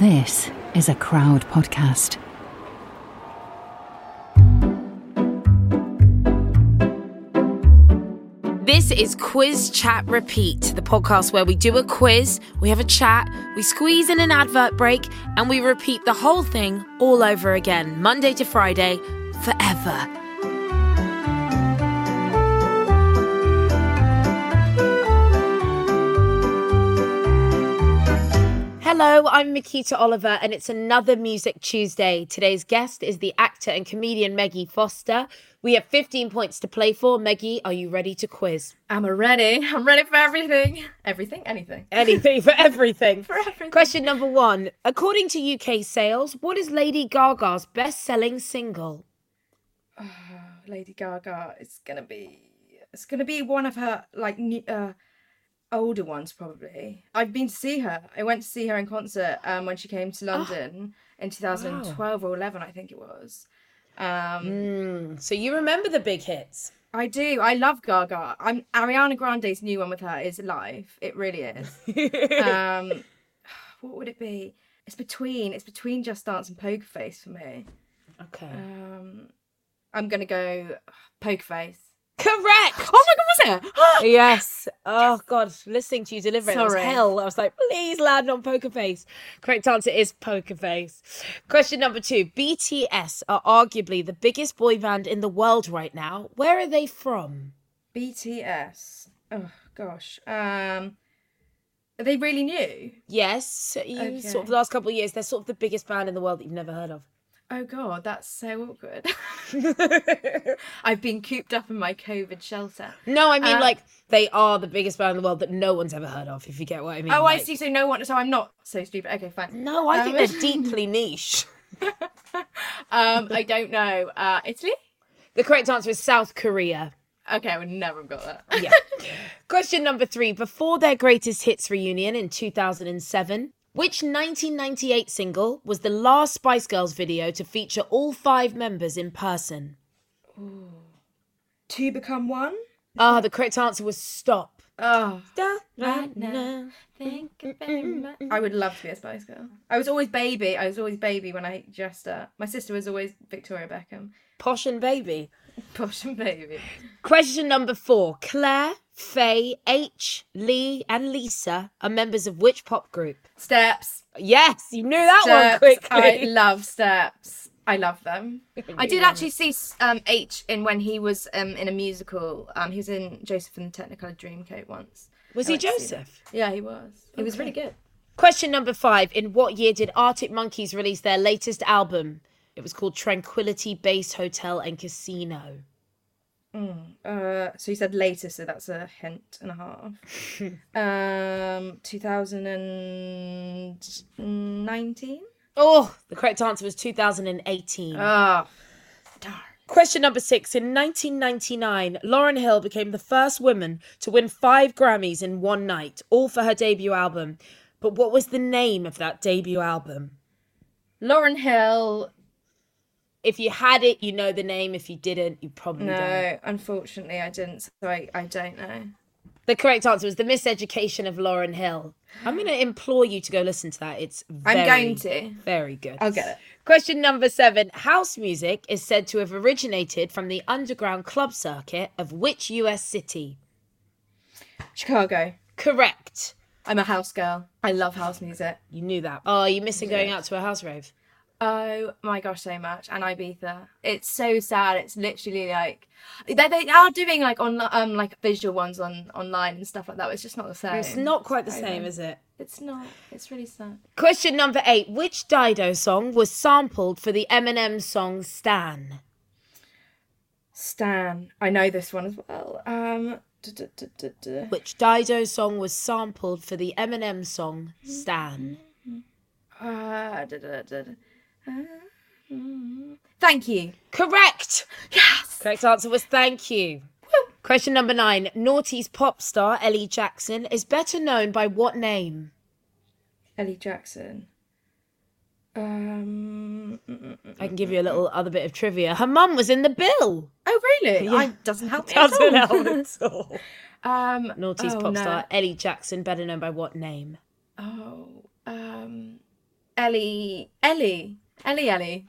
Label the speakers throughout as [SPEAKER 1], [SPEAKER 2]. [SPEAKER 1] This is a crowd podcast.
[SPEAKER 2] This is Quiz Chat Repeat, the podcast where we do a quiz, we have a chat, we squeeze in an advert break, and we repeat the whole thing all over again, Monday to Friday, forever. Hello, I'm Makita Oliver, and it's another Music Tuesday. Today's guest is the actor and comedian Meggie Foster. We have 15 points to play for. Meggie, are you ready to quiz?
[SPEAKER 3] I'm ready. I'm ready for everything. Everything? Anything.
[SPEAKER 2] Anything for everything.
[SPEAKER 3] For everything.
[SPEAKER 2] Question number one. According to UK sales, what is Lady Gaga's best selling single?
[SPEAKER 3] Lady Gaga. It's gonna be. It's gonna be one of her like new, uh, older ones probably. I've been to see her. I went to see her in concert um, when she came to London in 2012 or 11, I think it was. Um,
[SPEAKER 2] So you remember the big hits.
[SPEAKER 3] I do. I love Gaga. I'm Ariana Grande's new one with her is live. It really is. um, what would it be? It's between. It's between Just Dance and Poker Face for me.
[SPEAKER 2] Okay.
[SPEAKER 3] Um, I'm gonna go Poker Face.
[SPEAKER 2] Correct.
[SPEAKER 3] Oh my god, was it?
[SPEAKER 2] Yes. Oh God, listening to you deliver it was
[SPEAKER 3] Sorry.
[SPEAKER 2] hell. I was like, please land on poker face. Correct answer is poker face. Question number two: BTS are arguably the biggest boy band in the world right now. Where are they from?
[SPEAKER 3] BTS. Oh gosh. Um, are they really new?
[SPEAKER 2] Yes, you, sort of
[SPEAKER 3] Okay.
[SPEAKER 2] the last couple of years, they're sort of the biggest band in the world that you've never heard of.
[SPEAKER 3] Oh god, that's so awkward. I've been cooped up in my COVID shelter.
[SPEAKER 2] No, I mean
[SPEAKER 3] Uh,
[SPEAKER 2] like they are the biggest band in the world that no one's ever heard of. If you get what I mean.
[SPEAKER 3] Oh, I
[SPEAKER 2] like-
[SPEAKER 3] see. So no one. So I'm not so stupid. Okay, fine.
[SPEAKER 2] No, I
[SPEAKER 3] Um,
[SPEAKER 2] think they're deeply niche.
[SPEAKER 3] Um, I don't know. Uh, Italy.
[SPEAKER 2] The correct answer is South Korea.
[SPEAKER 3] Okay, I would never have got that.
[SPEAKER 2] Yeah. Question number three. Before their greatest hits reunion in 2007, which 1998 single was the last Spice Girls video to feature all five members in person?
[SPEAKER 3] Two become one.
[SPEAKER 2] Ah, the correct answer was Stop.
[SPEAKER 3] Oh, Mm, I would love to be a Spice Girl. I was always baby. I was always baby when I dressed up. My sister was always Victoria Beckham.
[SPEAKER 2] Posh and Baby.
[SPEAKER 3] Posh and baby.
[SPEAKER 2] Question number four. Claire, Faye, H, Lee, and Lisa are members of which pop group?
[SPEAKER 3] Steps.
[SPEAKER 2] Yes, you knew that
[SPEAKER 3] Steps.
[SPEAKER 2] one
[SPEAKER 3] I
[SPEAKER 2] quickly.
[SPEAKER 3] love Steps. I love them. I did actually see um, H in when he was um, in a musical. Um, he was in Joseph and the Technicolor Dreamcoat once.
[SPEAKER 2] Was he
[SPEAKER 3] I went to see that.
[SPEAKER 2] Joseph?
[SPEAKER 3] Yeah, he was. He was really good.
[SPEAKER 2] Question number five. In what year did Arctic Monkeys release their latest album? It was called Tranquility Base Hotel and Casino.
[SPEAKER 3] Uh, so you said later, so that's a hint and a half. um, 2019.
[SPEAKER 2] Oh, the correct answer was 2018.
[SPEAKER 3] Ah,
[SPEAKER 2] Question number six. In 1999, Lauren Hill became the first woman to win five Grammys in one night, all for her debut album. But what was the name of that debut album?
[SPEAKER 3] Lauren Hill.
[SPEAKER 2] If you had it, you know the name. If you didn't, you probably don't.
[SPEAKER 3] No, unfortunately, I didn't. So I, I don't know.
[SPEAKER 2] The correct answer was The Miseducation of Lauren Hill. I'm going to implore you to go listen to that. It's very,
[SPEAKER 3] I'm going to.
[SPEAKER 2] Very good.
[SPEAKER 3] I'll get it.
[SPEAKER 2] Question number seven. House music is said to have originated from the underground club circuit of which US city?
[SPEAKER 3] Chicago.
[SPEAKER 2] Correct.
[SPEAKER 3] I'm a house girl. I love house music.
[SPEAKER 2] You knew that. Oh, you're missing going out to a house rave.
[SPEAKER 3] Oh my gosh, so much. And Ibiza. It's so sad. It's literally like they, they are doing like on um like visual ones on online and stuff like that. But it's just not the same.
[SPEAKER 2] It's not quite the same, is it?
[SPEAKER 3] It's not. It's really sad.
[SPEAKER 2] Question number eight. Which Dido song was sampled for the Eminem song Stan?
[SPEAKER 3] Stan. I know this one as well. Um, Du-du-du-du-du.
[SPEAKER 2] which Dido's song was sampled for the Eminem song Stan.
[SPEAKER 3] Ah, du-du-du-du. Ah, mm. Thank you.
[SPEAKER 2] Correct! Yes! Correct answer was thank you. Question number nine. Naughty's pop star Ellie Jackson is better known by what name?
[SPEAKER 3] Ellie Jackson. Um. mm, mm, mm.
[SPEAKER 2] I can give you a little other bit of trivia. Her mum was in the bill.
[SPEAKER 3] Oh, really? I, doesn't help me. at
[SPEAKER 2] Doesn't
[SPEAKER 3] all.
[SPEAKER 2] help at all.
[SPEAKER 3] Um,
[SPEAKER 2] Naughty's
[SPEAKER 3] oh,
[SPEAKER 2] pop
[SPEAKER 3] no.
[SPEAKER 2] star Ellie Jackson, better known by what name?
[SPEAKER 3] Oh, um, Ellie, Ellie, Ellie, Ellie.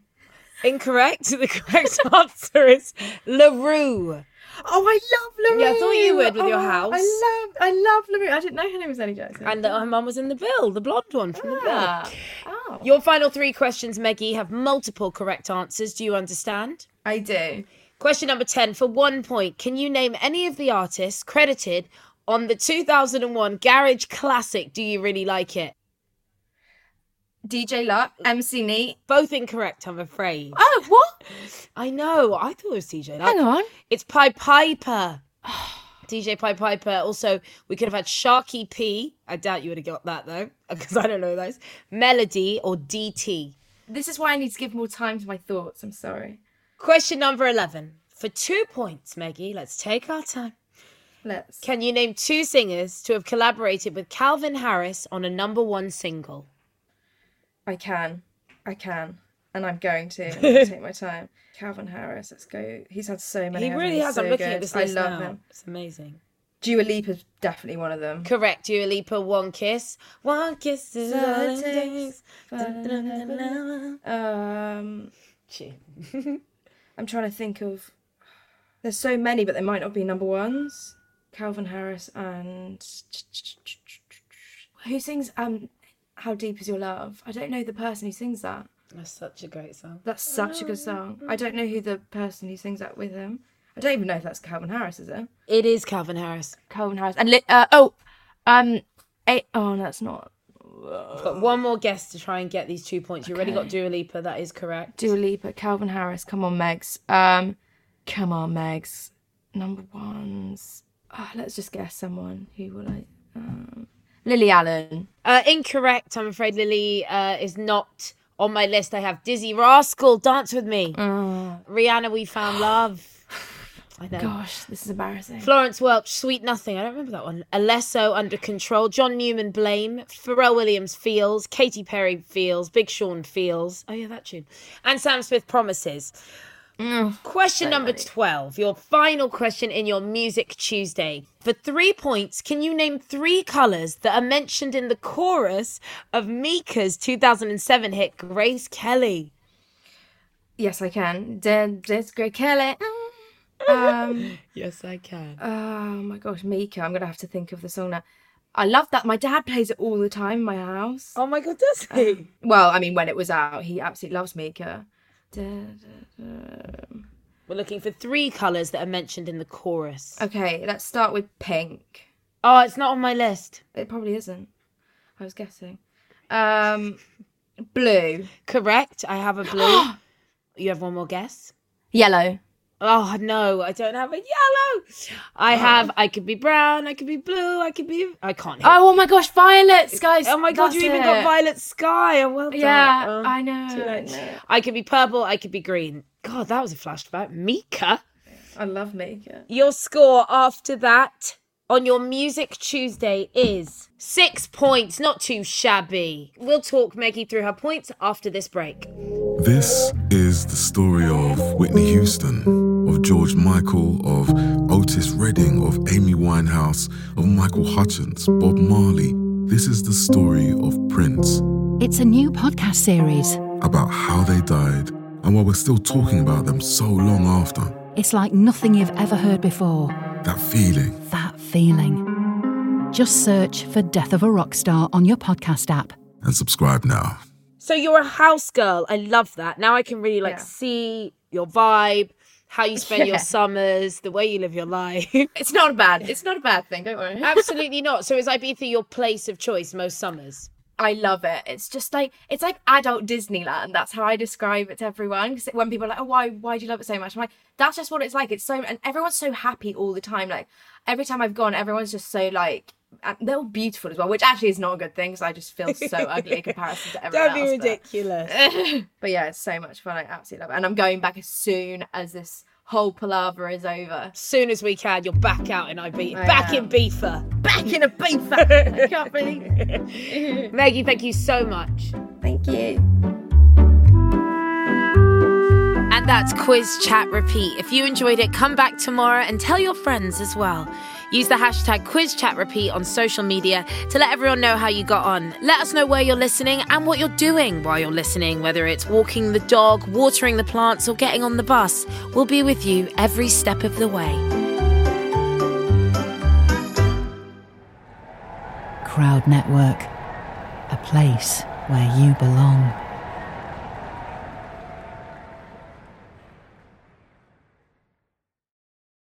[SPEAKER 2] Incorrect. The correct answer is LaRue.
[SPEAKER 3] Oh, I love Larue.
[SPEAKER 2] Yeah, I thought you would with your
[SPEAKER 3] Oh,
[SPEAKER 2] house.
[SPEAKER 3] I love, I love Larue. I didn't know her name was Ellie Jackson.
[SPEAKER 2] And that her mum was in the bill, the blonde one from the bill.
[SPEAKER 3] Ah. oh,
[SPEAKER 2] Your final three questions, Meggie, have multiple correct answers. Do you understand?
[SPEAKER 3] I do.
[SPEAKER 2] Question number 10 for one point. Can you name any of the artists credited on the 2001 Garage Classic Do You Really Like It?
[SPEAKER 3] DJ Luck, MC Neat.
[SPEAKER 2] Both incorrect, I'm afraid.
[SPEAKER 3] Oh, what?
[SPEAKER 2] I know. I thought it was TJ. Hang
[SPEAKER 3] Hang on.
[SPEAKER 2] It's Pied Piper. DJ Pied Piper. Also, we could have had Sharky P. I doubt you would have got that though, because I don't know those. Melody or DT.
[SPEAKER 3] This is why I need to give more time to my thoughts. I'm sorry.
[SPEAKER 2] Question number 11. For two points, Maggie, let's take our time.
[SPEAKER 3] Let's.
[SPEAKER 2] Can you name two singers to have collaborated with Calvin Harris on a number one single?
[SPEAKER 3] I can. I can. And I'm going to I'm gonna take my time. Calvin Harris, let's go. He's had so many.
[SPEAKER 2] he
[SPEAKER 3] haven't
[SPEAKER 2] really
[SPEAKER 3] He's
[SPEAKER 2] has.
[SPEAKER 3] So
[SPEAKER 2] I'm looking
[SPEAKER 3] good.
[SPEAKER 2] at this
[SPEAKER 3] I
[SPEAKER 2] list now.
[SPEAKER 3] love him.
[SPEAKER 2] It's amazing.
[SPEAKER 3] Dua Lipa's definitely one of them.
[SPEAKER 2] Correct, Dua Lipa, One Kiss. One kiss is all it takes.
[SPEAKER 3] Um,
[SPEAKER 2] Gee.
[SPEAKER 3] I'm trying to think of. There's so many, but they might not be number ones. Calvin Harris and who sings um, "How Deep Is Your Love"? I don't know the person who sings that.
[SPEAKER 2] That's such a great song.
[SPEAKER 3] That's such a good song. I don't know who the person who sings that with him. I don't even know if that's Calvin Harris, is it?
[SPEAKER 2] It is Calvin Harris.
[SPEAKER 3] Calvin Harris and li- uh, oh, um, eight, oh, no, that's not
[SPEAKER 2] I've got one more guess to try and get these two points. You already got Dua Lipa, that is correct.
[SPEAKER 3] Dua Lipa, Calvin Harris. Come on, Megs. Um, come on, Megs. Number ones. Ah, let's just guess someone who will I. Um, Lily Allen.
[SPEAKER 2] Uh, incorrect, I'm afraid Lily uh, is not on my list. I have Dizzy Rascal, Dance With Me.
[SPEAKER 3] Mm.
[SPEAKER 2] Rihanna, We Found Love. I know.
[SPEAKER 3] Gosh, this is embarrassing.
[SPEAKER 2] Florence Welch, Sweet Nothing. I don't remember that one. Alesso, Under Control. John Newman, Blame. Pharrell Williams, Feels. Katy Perry, Feels. Big Sean, Feels. Oh, yeah, that tune. And Sam Smith, Promises. Mm. question number 12. Your final question in your Music Tuesday. For three points, can you name three colours that are mentioned in the chorus of Mika's 2007 hit, Grace Kelly?
[SPEAKER 3] yes, I can. Dead, dead, Greg Kelly. Um,
[SPEAKER 2] Yes, I can.
[SPEAKER 3] oh my gosh, Mika. I'm gonna have to think of the song now. I love that. My dad plays it all the time in my house.
[SPEAKER 2] Oh my God, does he?
[SPEAKER 3] Well, I mean, when it was out, he absolutely loves Mika. Dead,
[SPEAKER 2] We're looking for three colours that are mentioned in the chorus.
[SPEAKER 3] Okay, let's start with pink.
[SPEAKER 2] Oh, it's not on my list.
[SPEAKER 3] It probably isn't. I was guessing. Um, blue,
[SPEAKER 2] Correct. I have a blue. you have one more guess.
[SPEAKER 3] yellow.
[SPEAKER 2] Oh no, I don't have a yellow. I have. I could be brown. I could be blue. I could be. I can't. Hear.
[SPEAKER 3] Oh, oh my gosh, violets, guys.
[SPEAKER 2] Oh my god,
[SPEAKER 3] that's
[SPEAKER 2] you even
[SPEAKER 3] it.
[SPEAKER 2] got violet sky. Oh, well done.
[SPEAKER 3] Yeah,
[SPEAKER 2] Oh,
[SPEAKER 3] I know.
[SPEAKER 2] too
[SPEAKER 3] I
[SPEAKER 2] late.
[SPEAKER 3] know.
[SPEAKER 2] I could be purple. I could be green. God, that was a flashback. Mika,
[SPEAKER 3] I love makeup.
[SPEAKER 2] your score after that on your Music Tuesday is six points. Not too shabby. We'll talk Maggie through her points after this break.
[SPEAKER 4] This is the story of Whitney Houston, of George Michael, of Otis Redding, of Amy Winehouse, of Michael Hutchins, Bob Marley. This is the story of Prince,
[SPEAKER 1] It's a new podcast series.
[SPEAKER 4] about how they died and why we're still talking about them so long after.
[SPEAKER 1] It's like nothing you've ever heard before.
[SPEAKER 4] That feeling.
[SPEAKER 1] That feeling. Just search for Death of a Rock Star on your podcast app.
[SPEAKER 4] And subscribe now.
[SPEAKER 2] So you're a house girl. I love that. Now I can really like
[SPEAKER 3] Yeah.
[SPEAKER 2] see your vibe, how you spend your
[SPEAKER 3] Yeah.
[SPEAKER 2] summers, the way you live your life.
[SPEAKER 3] It's not a bad. It's not a bad thing. Don't worry.
[SPEAKER 2] Absolutely not. So is Ibiza your place of choice most summers?
[SPEAKER 3] I love it. It's just like it's like adult Disneyland. That's how I describe it to everyone. Because when people are like, "Oh, why? Why do you love it so much?" I'm like, "That's just what it's like. It's so and everyone's so happy all the time. Like every time I've gone, everyone's just so like and they're all beautiful as well, which actually is not a good thing because I just feel so ugly in comparison to everyone
[SPEAKER 5] Don't be
[SPEAKER 3] else. but-
[SPEAKER 5] ridiculous.
[SPEAKER 3] but yeah, it's so much fun. I absolutely love it, and I'm going back as soon as this whole palaver is over.
[SPEAKER 5] soon as we can, you're back out in Ibiza.
[SPEAKER 3] I
[SPEAKER 5] back in
[SPEAKER 3] am.
[SPEAKER 5] Beefer.
[SPEAKER 3] Back in a beaver. I can't believe. It.
[SPEAKER 5] Maggie, thank you so much.
[SPEAKER 3] Thank you.
[SPEAKER 2] And that's Quiz Chat Repeat. If you enjoyed it, come back tomorrow and tell your friends as well. Use the hashtag Quiz Chat Repeat on social media to let everyone know how you got on. Let us know where you're listening and what you're doing while you're listening, whether it's walking the dog, watering the plants, or getting on the bus. We'll be with you every step of the way.
[SPEAKER 1] Crowd Network, a place where you belong.